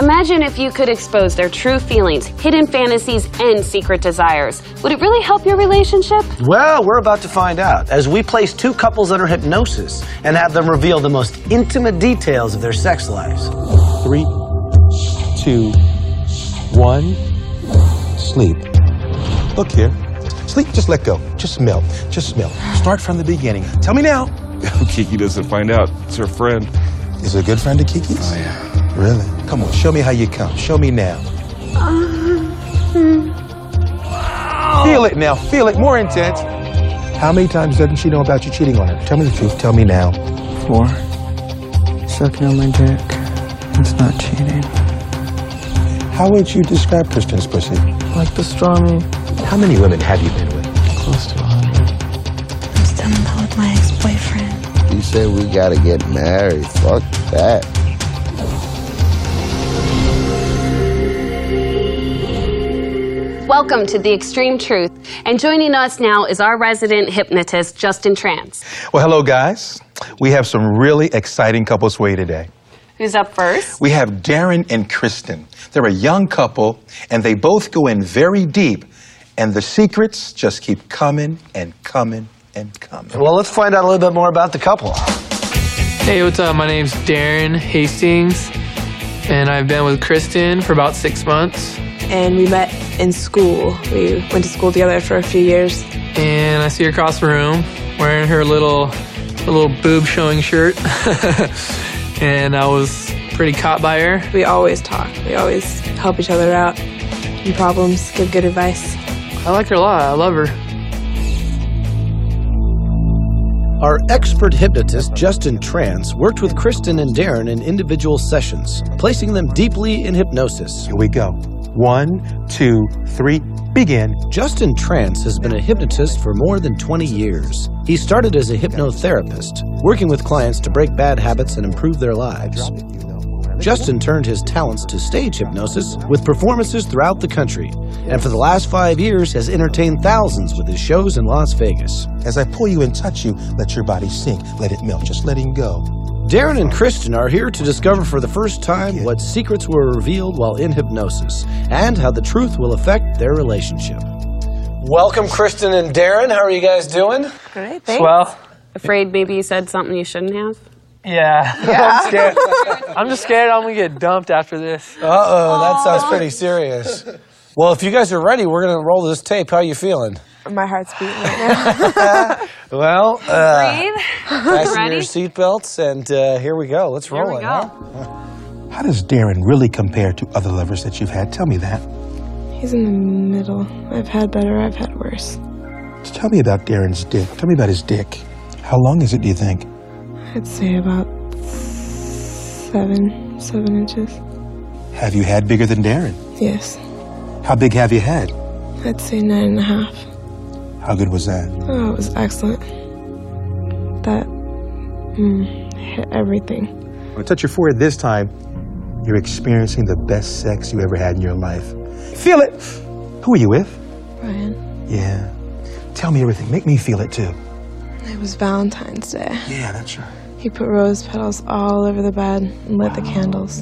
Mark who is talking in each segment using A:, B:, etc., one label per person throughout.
A: Imagine if you could expose their true feelings, hidden fantasies, and secret desires. Would it really help your relationship?
B: Well, we're about to find out as we place two couples under hypnosis and have them reveal the most intimate details of their sex lives.
C: Three, two, one. Sleep. Look here. Sleep, just let go. Just smell. Just smell. Start from the beginning. Tell me now.
D: Kiki doesn't find out. It's her friend.
C: Is it a good friend of Kiki's? Oh, yeah. Really? Come on, show me how you come. Show me now. Feel it now. Feel it. More intense. How many times doesn't she know about you cheating on her? Tell me the truth. Tell me now.
E: Four. Sucking on my dick. That's not cheating.
C: How would you describe Kristen's pussy?
E: Like pastrami.
C: How many women have you been with?
E: Close to 100.
F: I'm still in love with my ex-boyfriend.
G: You said we gotta get married. Fuck that.
A: Welcome to The Extreme Truth. And joining us now is our resident hypnotist, Justin Trance.
C: Well, hello, guys. We have some really exciting couples for you today.
A: Who's up first?
C: We have Darren and Kristen. They're a young couple, and they both go in very deep, and the secrets just keep coming and coming and coming.
B: Well, let's find out a little bit more about the couple.
H: Hey, what's up? My name's Darren Hastings, and I've been with Kristen for about six months.
I: and we met in school. We went to school together for a few years.
H: And I see her across the room wearing her little, her little boob showing shirt, and I was pretty caught by her.
I: We always talk. We always help each other out in problems, give good advice.
H: I like her a lot. I love her.
B: Our expert hypnotist, Justin Trance, worked with Kristen and Darren in individual sessions, placing them deeply in hypnosis.
C: Here we go. One, two, three, begin.
B: Justin Trance has been a hypnotist for more than 20 years. He started as a hypnotherapist, working with clients to break bad habits and improve their lives. Justin turned his talents to stage hypnosis with performances throughout the country, and for the last five years has entertained thousands with his shows in Las Vegas.
C: As I pull you and touch you, let your body sink, let it melt, just letting go.
B: Darren and Kristen are here to discover for the first time what secrets were revealed while in hypnosis and how the truth will affect their relationship. Welcome, Kristen and Darren. How are you guys doing?
I: All right, thanks.
H: Well,
A: Afraid maybe you said something you shouldn't have?
H: yeah. I'm scared. I'm just scared I'm gonna get dumped after this.
B: Uh oh, that sounds pretty serious. Well, if you guys are ready, we're going to roll this tape. How you feeling?
I: My heart's beating right now.
B: Well, uh,
A: Breathe.
B: fasten
A: Ready?
B: your seatbelts, and uh, here we go. Let's
A: Here
B: roll
A: we
B: it.
A: go.
B: huh?
C: How does Darren really compare to other lovers that you've had? Tell me that.
I: He's in the middle. I've had better, I've had worse.
C: Tell me about Darren's dick. Tell me about his dick. How long is it, do you think?
I: I'd say about seven, seven inches.
C: Have you had bigger than Darren?
I: Yes,
C: How big have you had?
I: I'd say nine and a half.
C: How good was that?
I: Oh, it was excellent. That mm, hit everything.
C: Well, touch your forehead this time. You're experiencing the best sex you ever had in your life. Feel it. Who are you with?
I: Brian,
C: Yeah. Tell me everything. Make me feel it too.
I: it was Valentine's Day.
C: Yeah, that's right.
I: He put rose petals all over the bed and lit the candles.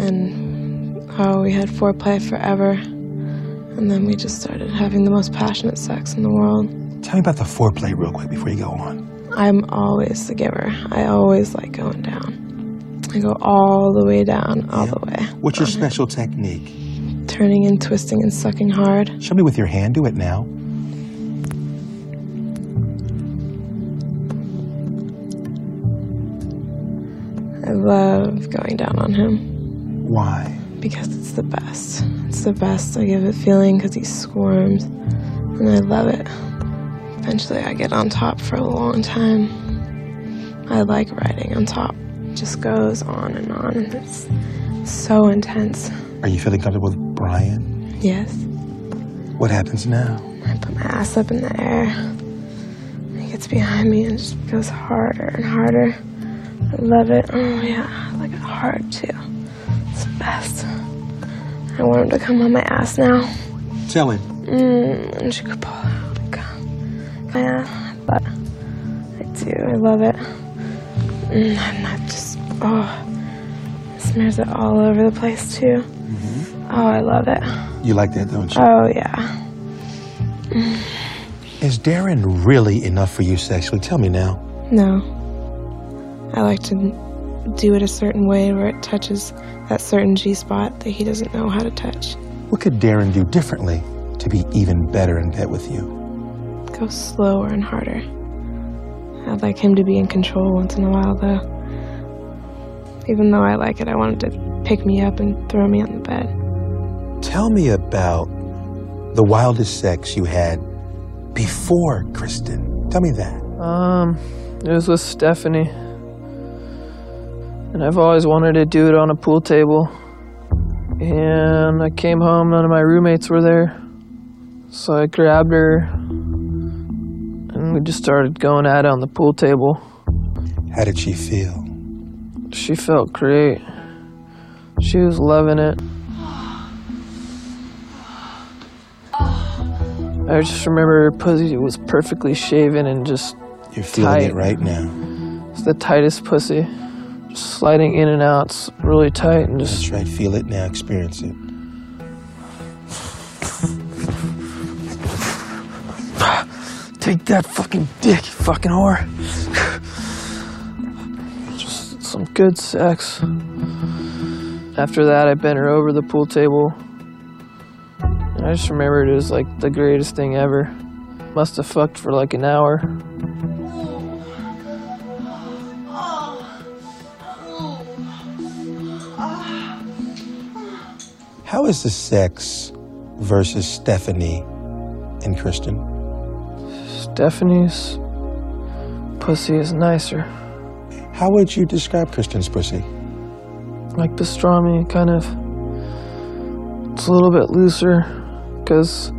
I: And oh, we had foreplay forever. And then we just started having the most passionate sex in the world.
C: Tell me about the foreplay real quick before you go on.
I: I'm always the giver. I always like going down. I go all the way down, all the way.
C: What's your special technique?
I: Turning and twisting and sucking hard.
C: Show me with your hand. Do it now.
I: I love going down on him.
C: Why?
I: because it's the best. It's the best. I give it feeling because he squirms, and I love it. Eventually, I get on top for a long time. I like riding on top. It just goes on and on, and it's so intense.
C: Are you feeling comfortable with Brian?
I: Yes,
C: What happens now?
I: I put my ass up in the air. He gets behind me and just goes harder and harder. I love it. Oh yeah, I like it hard too. It's the best. I want him to come on my ass now.
C: Tell him.
I: Mm, and she could pull out. Like, yeah, but I do. I love it. Mm, I'm not just. Oh, it's
J: smears it all over the place too. Oh, I love it.
C: You like that, don't you?
J: Oh yeah.
C: Is Darren really enough for you sexually? Tell me now.
J: No. I like to do it a certain way where it touches that certain G spot that he doesn't know how to touch.
C: What could Darren do differently to be even better in bed with you?
J: Go slower and harder. I'd like him to be in control once in a while though. Even though I like it, I want him to pick me up and throw me on the bed.
C: Tell me about the wildest sex you had before Kristen. Tell me that.
I: Um, it was with Stephanie. And I've always wanted to do it on a pool table. And I came home, none of my roommates were there. So I grabbed her and we just started going at it on the pool table.
C: How did she feel?
I: She felt great. She was loving it. I just remember her pussy was perfectly shaven and just
C: You're feeling
I: Tight.
C: it right now.
I: the tightest pussy. Just sliding in and out, s- really tight, and just
C: That's right. Feel it now. Experience it.
I: Take that fucking dick, you fucking whore. Just some good sex. After that, I bent her over the pool table. And I just remembered it was like the greatest thing ever. Must have fucked for like an hour.
C: How is the sex versus Stephanie and Kristen?
I: Stephanie's pussy is nicer.
C: How would you describe Kristen's pussy?
I: like pastrami, kind of. It's a little bit looser, because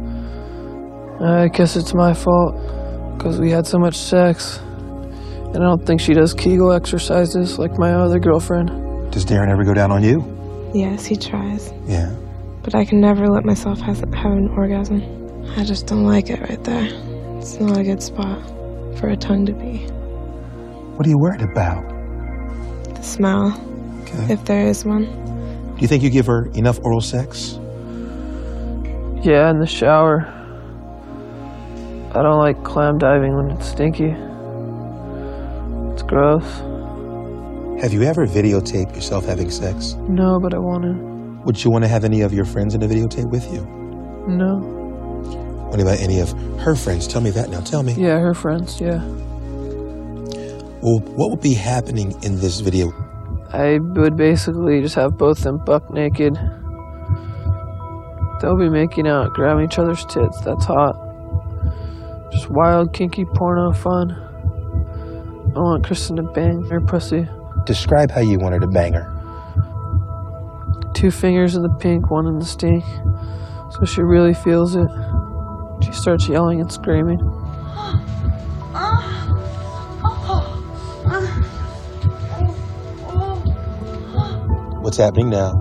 I: I guess it's my fault, because we had so much sex. And I don't think she does Kegel exercises like my other girlfriend.
C: Does Darren ever go down on you?
J: Yes, he tries.
C: Yeah.
J: But I can never let myself has- have an orgasm. I just don't like it right there. It's not a good spot for a tongue to be.
C: What are you worried about?
J: The smell,
C: Okay.
J: if there is one.
C: Do you think you give her enough oral sex?
I: Yeah, in the shower. I don't like clam diving when it's stinky. It's gross.
C: Have you ever videotaped yourself having sex?
I: No, but I want to.
C: Would you want to have any of your friends in a videotape with you?
I: No.
C: What about any of her friends? Tell me that now. Tell me.
I: Yeah, her friends, yeah.
C: Well, what would be happening in this video?
I: I would basically just have both them buck naked. They'll be making out, grabbing each other's tits. That's hot. Just wild, kinky porno fun. I want Kristen to bang her pussy.
C: Describe how you want her to bang her.
I: Two fingers in the pink, one in the stink. So she really feels it. She starts yelling and screaming.
C: What's happening now?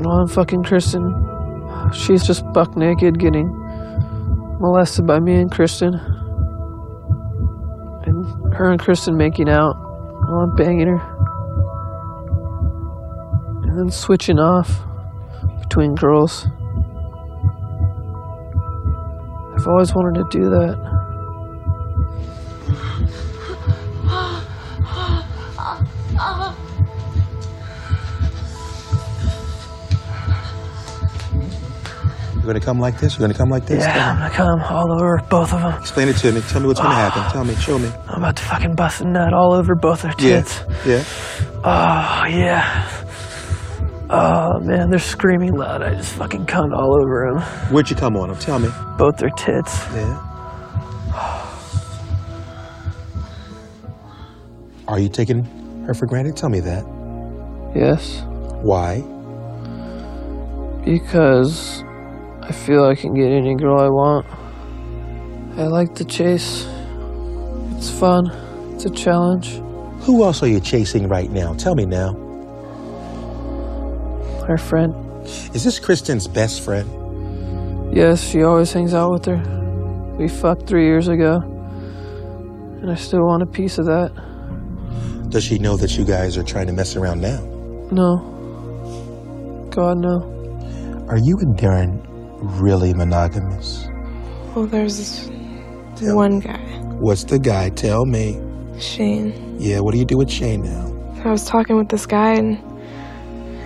I: Well, Oh, I'm fucking Kristen. She's just buck naked getting molested by me and Kristen. And her and Kristen making out while I'm banging her. And then switching off between girls. I've always wanted to do that.
C: You're going to come like this? You're going to come like this?
I: Yeah, I'm gonna come all over both of them.
C: Explain it to me. Tell me what's going to happen. Tell me. Show me.
I: I'm about to fucking bust a nut all over both their
C: Yeah.
I: tits.
C: Yeah.
I: Oh, yeah. Oh, man, they're screaming loud. I just fucking cunt all over them.
C: Where'd you come on them? Tell me.
I: Both their tits.
C: Yeah. Are you taking her for granted? Tell me that.
I: Yes,
C: Why?
I: because I feel I can get any girl I want. I like the chase. It's fun. It's a challenge.
C: Who else are you chasing right now? Tell me now.
I: Her friend.
C: Is this Kristen's best friend?
I: Yes, she always hangs out with her. We fucked three years ago. And I still want a piece of that.
C: Does she know that you guys are trying to mess around now?
I: No. God, no.
C: Are you and Darren really monogamous?
J: Well, there's this one guy,
C: What's the guy? Tell me.
J: Shane.
C: Yeah, what do you do with Shane now?
J: I was talking with this guy and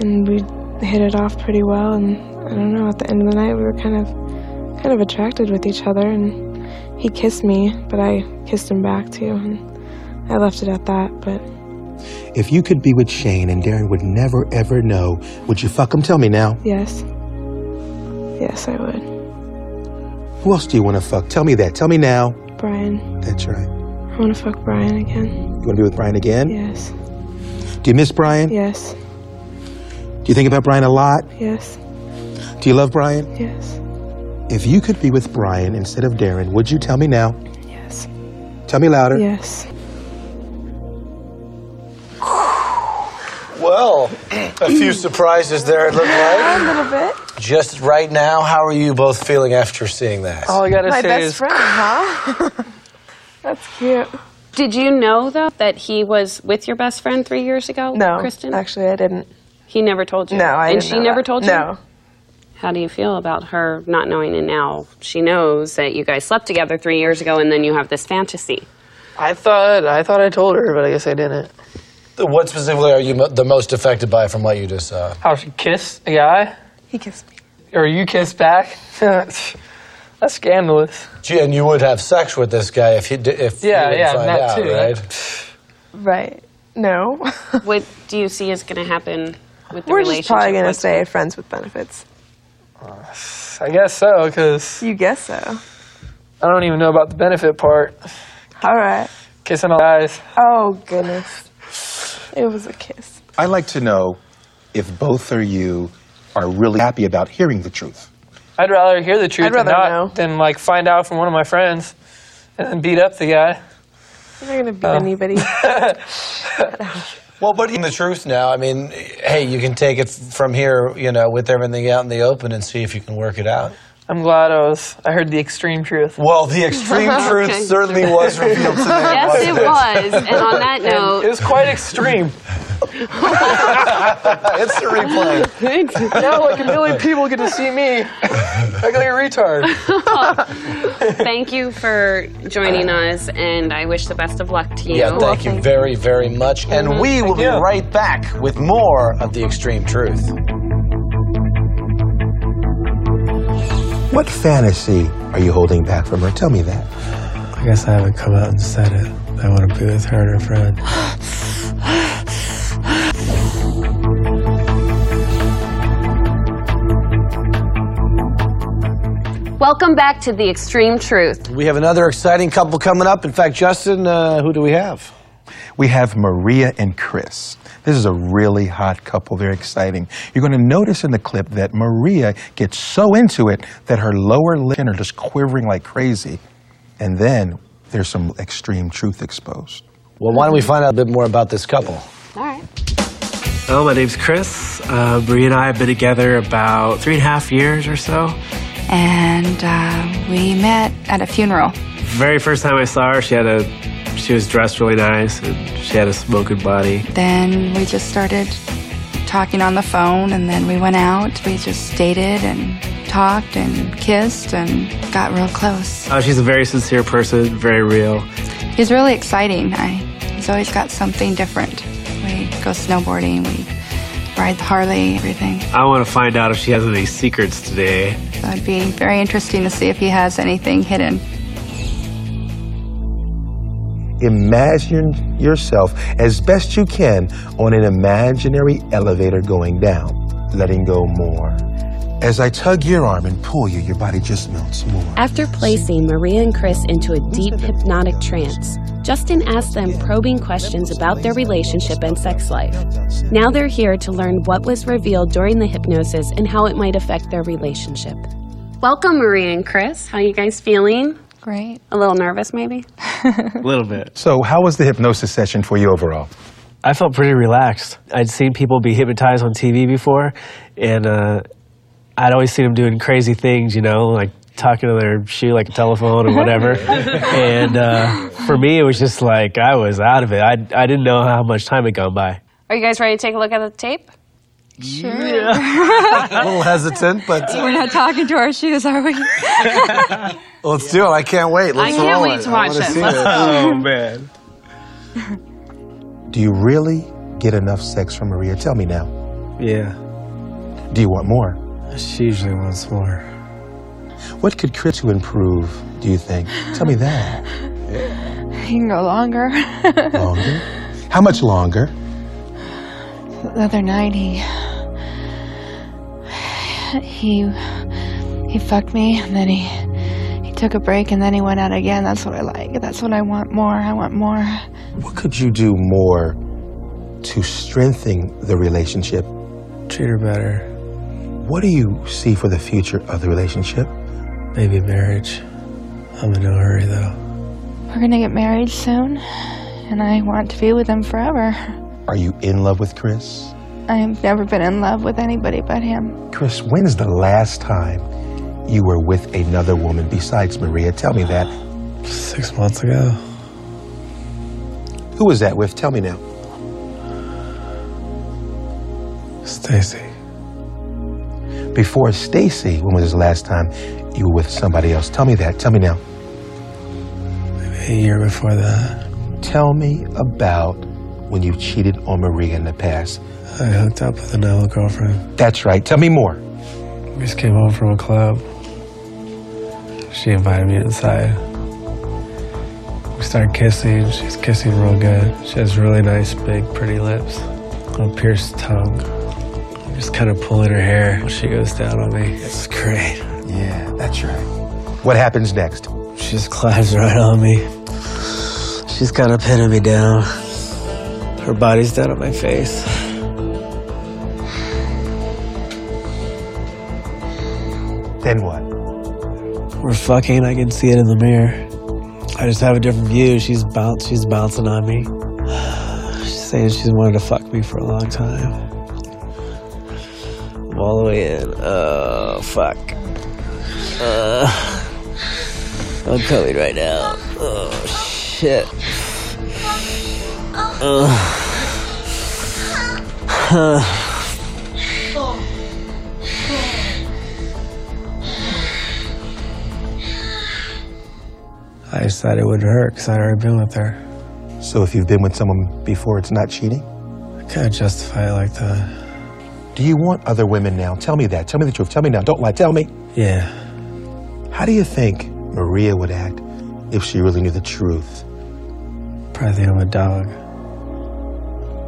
J: and we hit it off pretty well. And I don't know. At the end of the night, we were kind of kind of attracted with each other. And he kissed me, but I kissed him back too. And I left it at that. But
C: If you could be with Shane and Darren would never ever know, would you fuck him? Tell me now.
J: yes, yes, I would.
C: Who else do you want to fuck? Tell me that. Tell me now.
J: Brian,
C: That's right. You
J: I want to fuck Brian again.
C: want to be with Brian again?
J: Yes,
C: Do you miss Brian?
J: yes,
C: Do you think about Brian a lot?
J: yes,
C: Do you love Brian?
J: yes,
C: If you could be with Brian instead of Darren, would you tell me now?
J: yes,
C: Tell me louder.
J: yes.
B: Well, a few surprises there, it looked like.
J: A little bit.
B: Just right now, how are you both feeling after seeing that?
I: All I gotta
J: My
I: say
J: best
I: is
J: friend, huh? That's cute.
A: Did you know, though, that he was with your best friend three years ago?
J: No,
A: Kristen?
J: actually, I didn't.
A: He never told you.
J: No, I
A: And
J: didn't
A: she
J: know
A: never
J: that.
A: told you?
J: No,
A: How do you feel about her not knowing and now she knows that you guys slept together three years ago and then you have this fantasy?
I: I thought I thought I told her, but I guess I didn't.
B: What specifically are you mo- the most affected by from what you just saw?
I: How she kissed a guy,
J: he kissed me.
I: or you kissed back? That's scandalous.
B: Gee, and you would have sex with this guy if he did, if he
I: Yeah,
B: didn't
I: yeah,
B: find
I: that
B: out,
I: too.
B: right?
J: Right. No.
A: What do you see is going to happen with the
J: We're
A: relationship?
J: just probably going to
A: What's-
J: stay friends with benefits.
I: Uh, I guess so, because
J: You guess so.
I: I don't even know about the benefit part.
J: All right.
I: Kissing on guys.
J: Oh, goodness. It was a kiss.
C: I'd like to know if both of you are really happy about hearing the truth.
I: I'd rather hear the truth
J: I'd
I: than,
J: rather
I: not,
J: know.
I: than like find out from one of my friends and then beat up the guy. Oh.
J: You're not going to beat anybody.
B: Well, but in the truth now, I mean, hey, you can take it f- from here, you know, with everything out in the open and see if you can work it out.
I: I'm glad I was. I heard the extreme truth.
B: Well, the extreme truth
A: Okay.
B: certainly was revealed today.
A: Yes,
B: wasn't
A: it was. And on that
I: It
A: note,
I: was quite extreme.
B: It's a replay.
I: now like a million people get to see me. Like a retard.
A: thank you for joining us, and I wish the best of luck to you.
B: Yeah, thank you very, very much.
A: Mm-hmm.
B: And we will be
I: you.
B: right back with more of the extreme truth.
C: What fantasy are you holding back from her? Tell me that.
E: I guess I haven't come out and said it. I want to be with her and her friend.
A: Welcome back to the Extreme Truth.
B: We have another exciting couple coming up. In fact, Justin, uh, who do we have?
C: We have Maria and Chris. This is a really hot couple. They're exciting. You're going to notice in the clip that Maria gets so into it that her lower lip are just quivering like crazy. And then there's some extreme truth exposed.
B: Well, why don't we find out a bit more about this couple?
A: All right.
E: Hello, my name's Chris. Uh, Maria and I have been together about three and a half years or so.
F: And uh, we met at a funeral.
E: Very first time I saw her, she had a she was dressed really nice and she had a smoking body.
F: Then we just started talking on the phone, and then we went out. We just dated and talked and kissed and got real close.
E: Uh, she's a very sincere person, very real.
F: He's really exciting. I, he's always got something different. We go snowboarding, we ride the Harley, everything.
E: I want to find out if she has any secrets today.
F: So it'd be very interesting to see if he has anything hidden.
C: Imagine yourself as best you can on an imaginary elevator going down, letting go more. As I tug your arm and pull you, your body just melts more.
K: After placing Maria and Chris into a deep hypnotic trance, Justin asked them probing questions about their relationship and sex life. Now they're here to learn what was revealed during the hypnosis and how it might affect their relationship.
A: Welcome, Maria and Chris. How you guys feeling?
F: Great.
A: A little nervous, maybe?
E: A little bit.
C: So, how was the hypnosis session for you overall?
E: I felt pretty relaxed. I'd seen people be hypnotized on TV before, and uh, I'd always seen them doing crazy things, you know, like talking to their shoe like a telephone or whatever. and uh, for me, it was just like I was out of it. I, I didn't know how much time had gone by.
A: Are you guys ready to take a look at the tape?
F: Sure.
C: a little hesitant, but
F: We're not talking to our shoes, are we?
C: let's do it. I can't wait.
F: I
C: Let's
F: can't
C: roll
F: wait
C: it.
F: to
C: I
F: watch
C: wanna
F: it.
C: see
F: Let's
C: this.
F: go. Oh,
E: man.
C: Do you really get enough sex from Maria? Tell me now.
E: Yeah.
C: Do you want more?
E: She usually wants more.
C: What could Chris to improve, do you think? Tell me that.
F: You can go longer.
C: Longer? How much longer?
F: the other night he he he fucked me and then he he took a break and then he went out again that's what i like that's what i want more i want more
C: What could you do more to strengthen the relationship?
E: Treat her better.
C: What do you see for the future of the relationship?
E: Maybe marriage. I'm in no hurry though.
F: we're gonna get married soon and i want to be with him forever
C: Are you in love with Chris?
F: i've never been in love with anybody but him
C: Chris, when is the last time you were with another woman besides Maria? Tell me that.
E: Six months ago.
C: Who was that with? Tell me now.
E: Stacy.
C: Before Stacy, when was the last time you were with somebody else? Tell me that. Tell me now.
E: A year before that,
C: Tell me about when you cheated on Maria in the past.
E: I hooked up with another girlfriend.
C: That's right. Tell me more.
E: We just came home from a club. She invited me inside. We started kissing. She's kissing real good. She has really nice, big, pretty lips. A pierced tongue. I'm just kind of pulling her hair when she goes down on me. It's great.
C: Yeah, that's right. What happens next?
E: She just climbs right on me. She's kind of pinning me down. Her body's down on my face.
C: Then what?
E: We're fucking. I can see it in the mirror. I just have a different view. She's bounce. She's bouncing on me. She's saying she's wanted to fuck me for a long time. I'm all the way in. Oh fuck. Uh, I'm coming right now. Oh shit. Uh, I just thought it wouldn't hurt because I'd already been with her.
C: So if you've been with someone before, it's not cheating?
E: I kind of justify it like that.
C: Do you want other women now? Tell me that. Tell me the truth. Tell me now. Don't lie. Tell me.
E: Yeah.
C: How do you think Maria would act if she really knew the truth?
E: Probably think I'm a dog.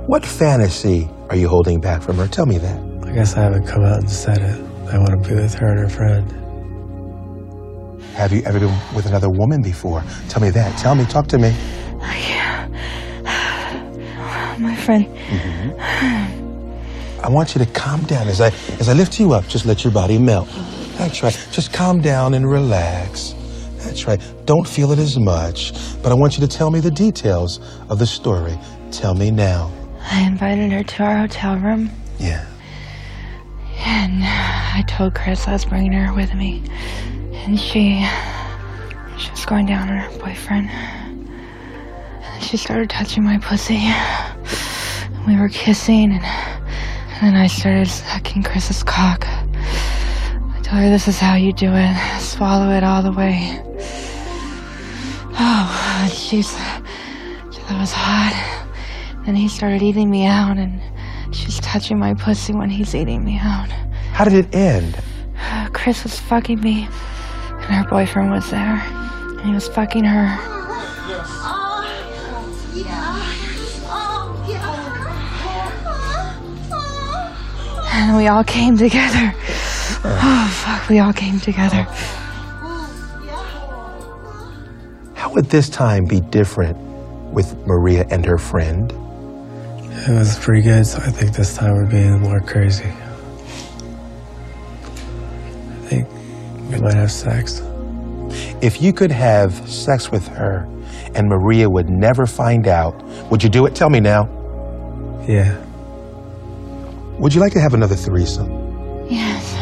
C: What fantasy are you holding back from her? Tell me that.
E: I guess I haven't come out and said it. I want to be with her and her friend.
C: Have you ever been with another woman before? Tell me that. Tell me. Talk to me.
F: my friend
C: I want you to calm down. As I as I lift you up, just let your body melt. That's right. Just calm down and relax. That's right. Don't feel it as much. But I want you to tell me the details of the story. Tell me now.
F: i invited her to our hotel room
C: Yeah.
F: and i told chris i was bringing her with me and she she was going down on her boyfriend she started touching my pussy. We were kissing, and, and then I started sucking Chris's cock. I told her, This is how you do it swallow it all the way. Oh, jeez. That was hot. Then he started eating me out, and she's touching my pussy when he's eating me out.
C: How did it end?
F: Chris was fucking me, and her boyfriend was there, and he was fucking her. And we all came together. Oh, fuck, we all came together.
C: How would this time be different with Maria and her friend?
E: It was pretty good, so I think this time we're being more crazy. I think we might have sex.
C: If you could have sex with her and Maria would never find out, would you do it? Tell me now.
E: Yeah.
C: Would you like to have another threesome?
F: Yes,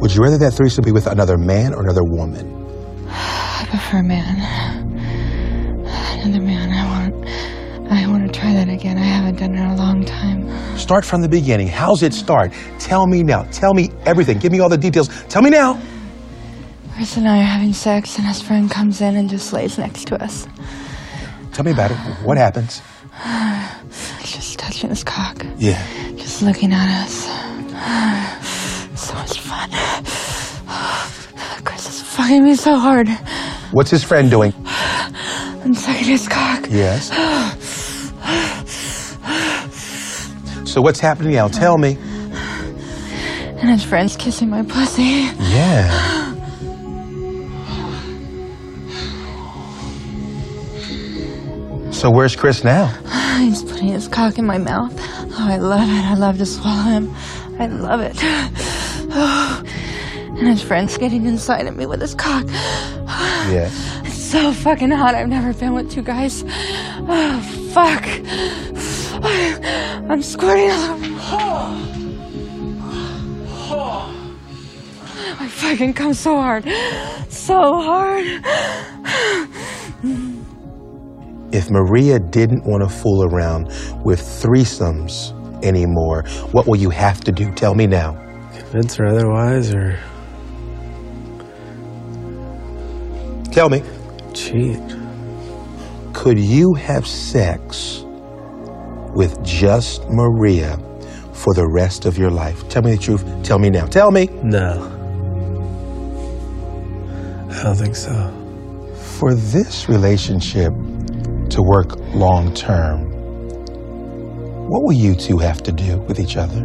C: Would you rather that threesome be with another man or another woman?
F: I prefer man. Another man, I want. I want to try that again. I haven't done it in a long time.
C: Start from the beginning. How's it start? Tell me now. Tell me everything. Give me all the details. Tell me now.
F: Chris and I are having sex, and his friend comes in and just lays next to us.
C: Tell me about it. What happens?
F: He's just touching his cock,
C: Yeah.
F: just looking at us. So much fun. Chris is fucking me so hard.
C: What's his friend doing?
F: I'm sucking his cock.
C: Yes. So what's happening now? Tell me.
F: And his friend's kissing my pussy.
C: Yeah. So where's Chris now?
F: He's putting his cock in my mouth. Oh, I love it. I love to swallow him. I love it. Oh, and his friend's getting inside of me with his cock.
C: Yes.
F: It's so fucking hot. I've never been with two guys. Oh, fuck. I'm squirting all over. I fucking come so hard. So hard.
C: If Maria didn't want to fool around with threesomes anymore, what will you have to do? Tell me now.
E: Convince her otherwise, or
C: Tell me.
E: cheat.
C: Could you have sex with just Maria for the rest of your life? Tell me the truth. Tell me now. Tell me.
E: No. I don't think so.
C: For this relationship to work long term, what will you two have to do with each other?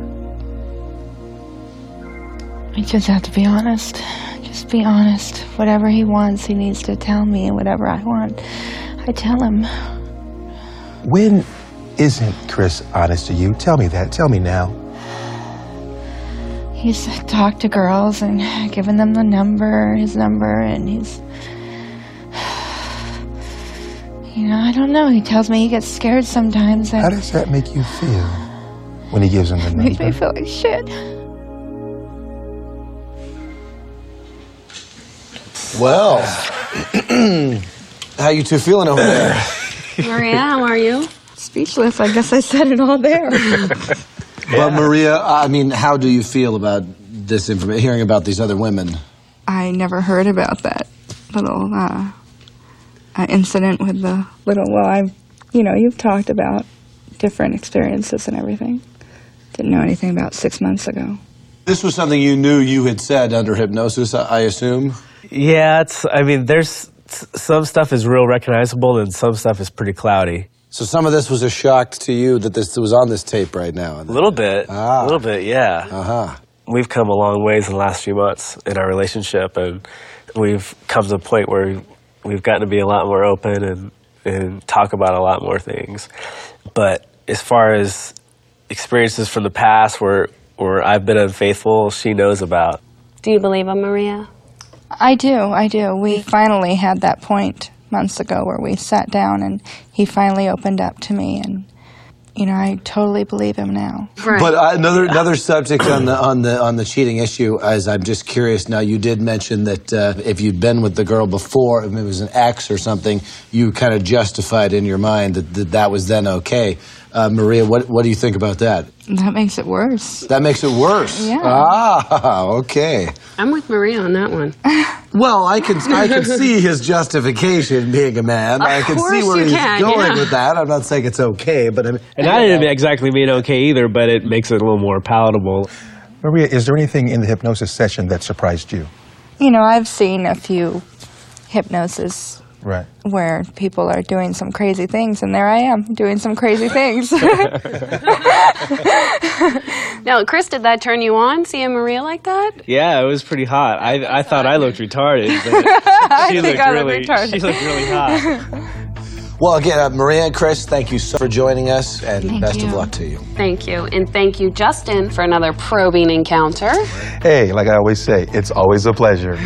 F: I just have to be honest. Just be honest. Whatever he wants, he needs to tell me, and whatever I want, I tell him.
C: When isn't Chris honest to you? Tell me that. Tell me now.
F: He's talked to girls and given them the number, his number, and he's. You know, I don't know. He tells me he gets scared sometimes.
C: How
F: And
C: does that make you feel when he gives him the
F: makes me
C: number?
F: feel like shit.
B: Well, how you two feeling over there?
K: Maria, how are you?
F: Speechless. I guess I said it all there.
B: But Maria, I mean, how do you feel about this information? Hearing about these other women?
L: I never heard about that little uh, uh, incident with the little. Well, I, you know, you've talked about different experiences and everything. Didn't know anything about six months ago.
B: This was something you knew you had said under hypnosis, I I assume.
E: Yeah, it's. I mean, there's s- some stuff is real recognizable, and some stuff is pretty cloudy.
B: So some of this was a shock to you that this was on this tape right now.
E: A little bit.
L: Ah.
E: A little bit. Yeah. Uh
L: Uh-huh.
B: huh.
E: We've come a long ways in the last few months in our relationship, and we've come to a point where we've gotten to be a lot more open and and talk about a lot more things. But as far as experiences from the past where where I've been unfaithful, she knows about.
L: Do you believe him, Maria? I do. I do. We finally had that point months ago where we sat down and he finally opened up to me, and you know, I totally believe him now.
B: But uh, another another subject on the on the on the cheating issue, as I'm just curious now. You did mention that uh, if you'd been with the girl before, if it was an ex or something, you kind of justified in your mind that that, that was then okay. Uh, Maria, what what do you think about that?
L: That makes it worse.
B: That makes it worse.
L: Yeah.
B: Ah, okay.
K: I'm with Maria on that one.
B: Well, I can I can see his justification being a man.
K: Of
B: I can see
K: course
B: where
K: you
B: he's
K: can,
B: going
K: yeah.
B: with that. I'm not saying it's okay, but I mean,
E: And I didn't exactly mean okay either, but it makes it a little more palatable.
C: Maria, is there anything in the hypnosis session that surprised you?
L: You know, I've seen a few hypnosis
C: Right.
L: where people are doing some crazy things, and there I am doing some crazy things.
A: Now, Chris, did that turn you on, seeing Maria like that?
E: Yeah, it was pretty hot. I, I thought I looked retarded. But
L: I
E: she
L: think
E: looked
L: I look
E: really,
L: retarded.
E: She looked really hot.
B: well, again, uh, Maria and Chris, thank you so for joining us, and
A: Thank
B: best of
A: you.
B: luck to you.
A: Thank you. And thank you, Justin, for another probing encounter.
C: Hey, like I always say, it's always a pleasure.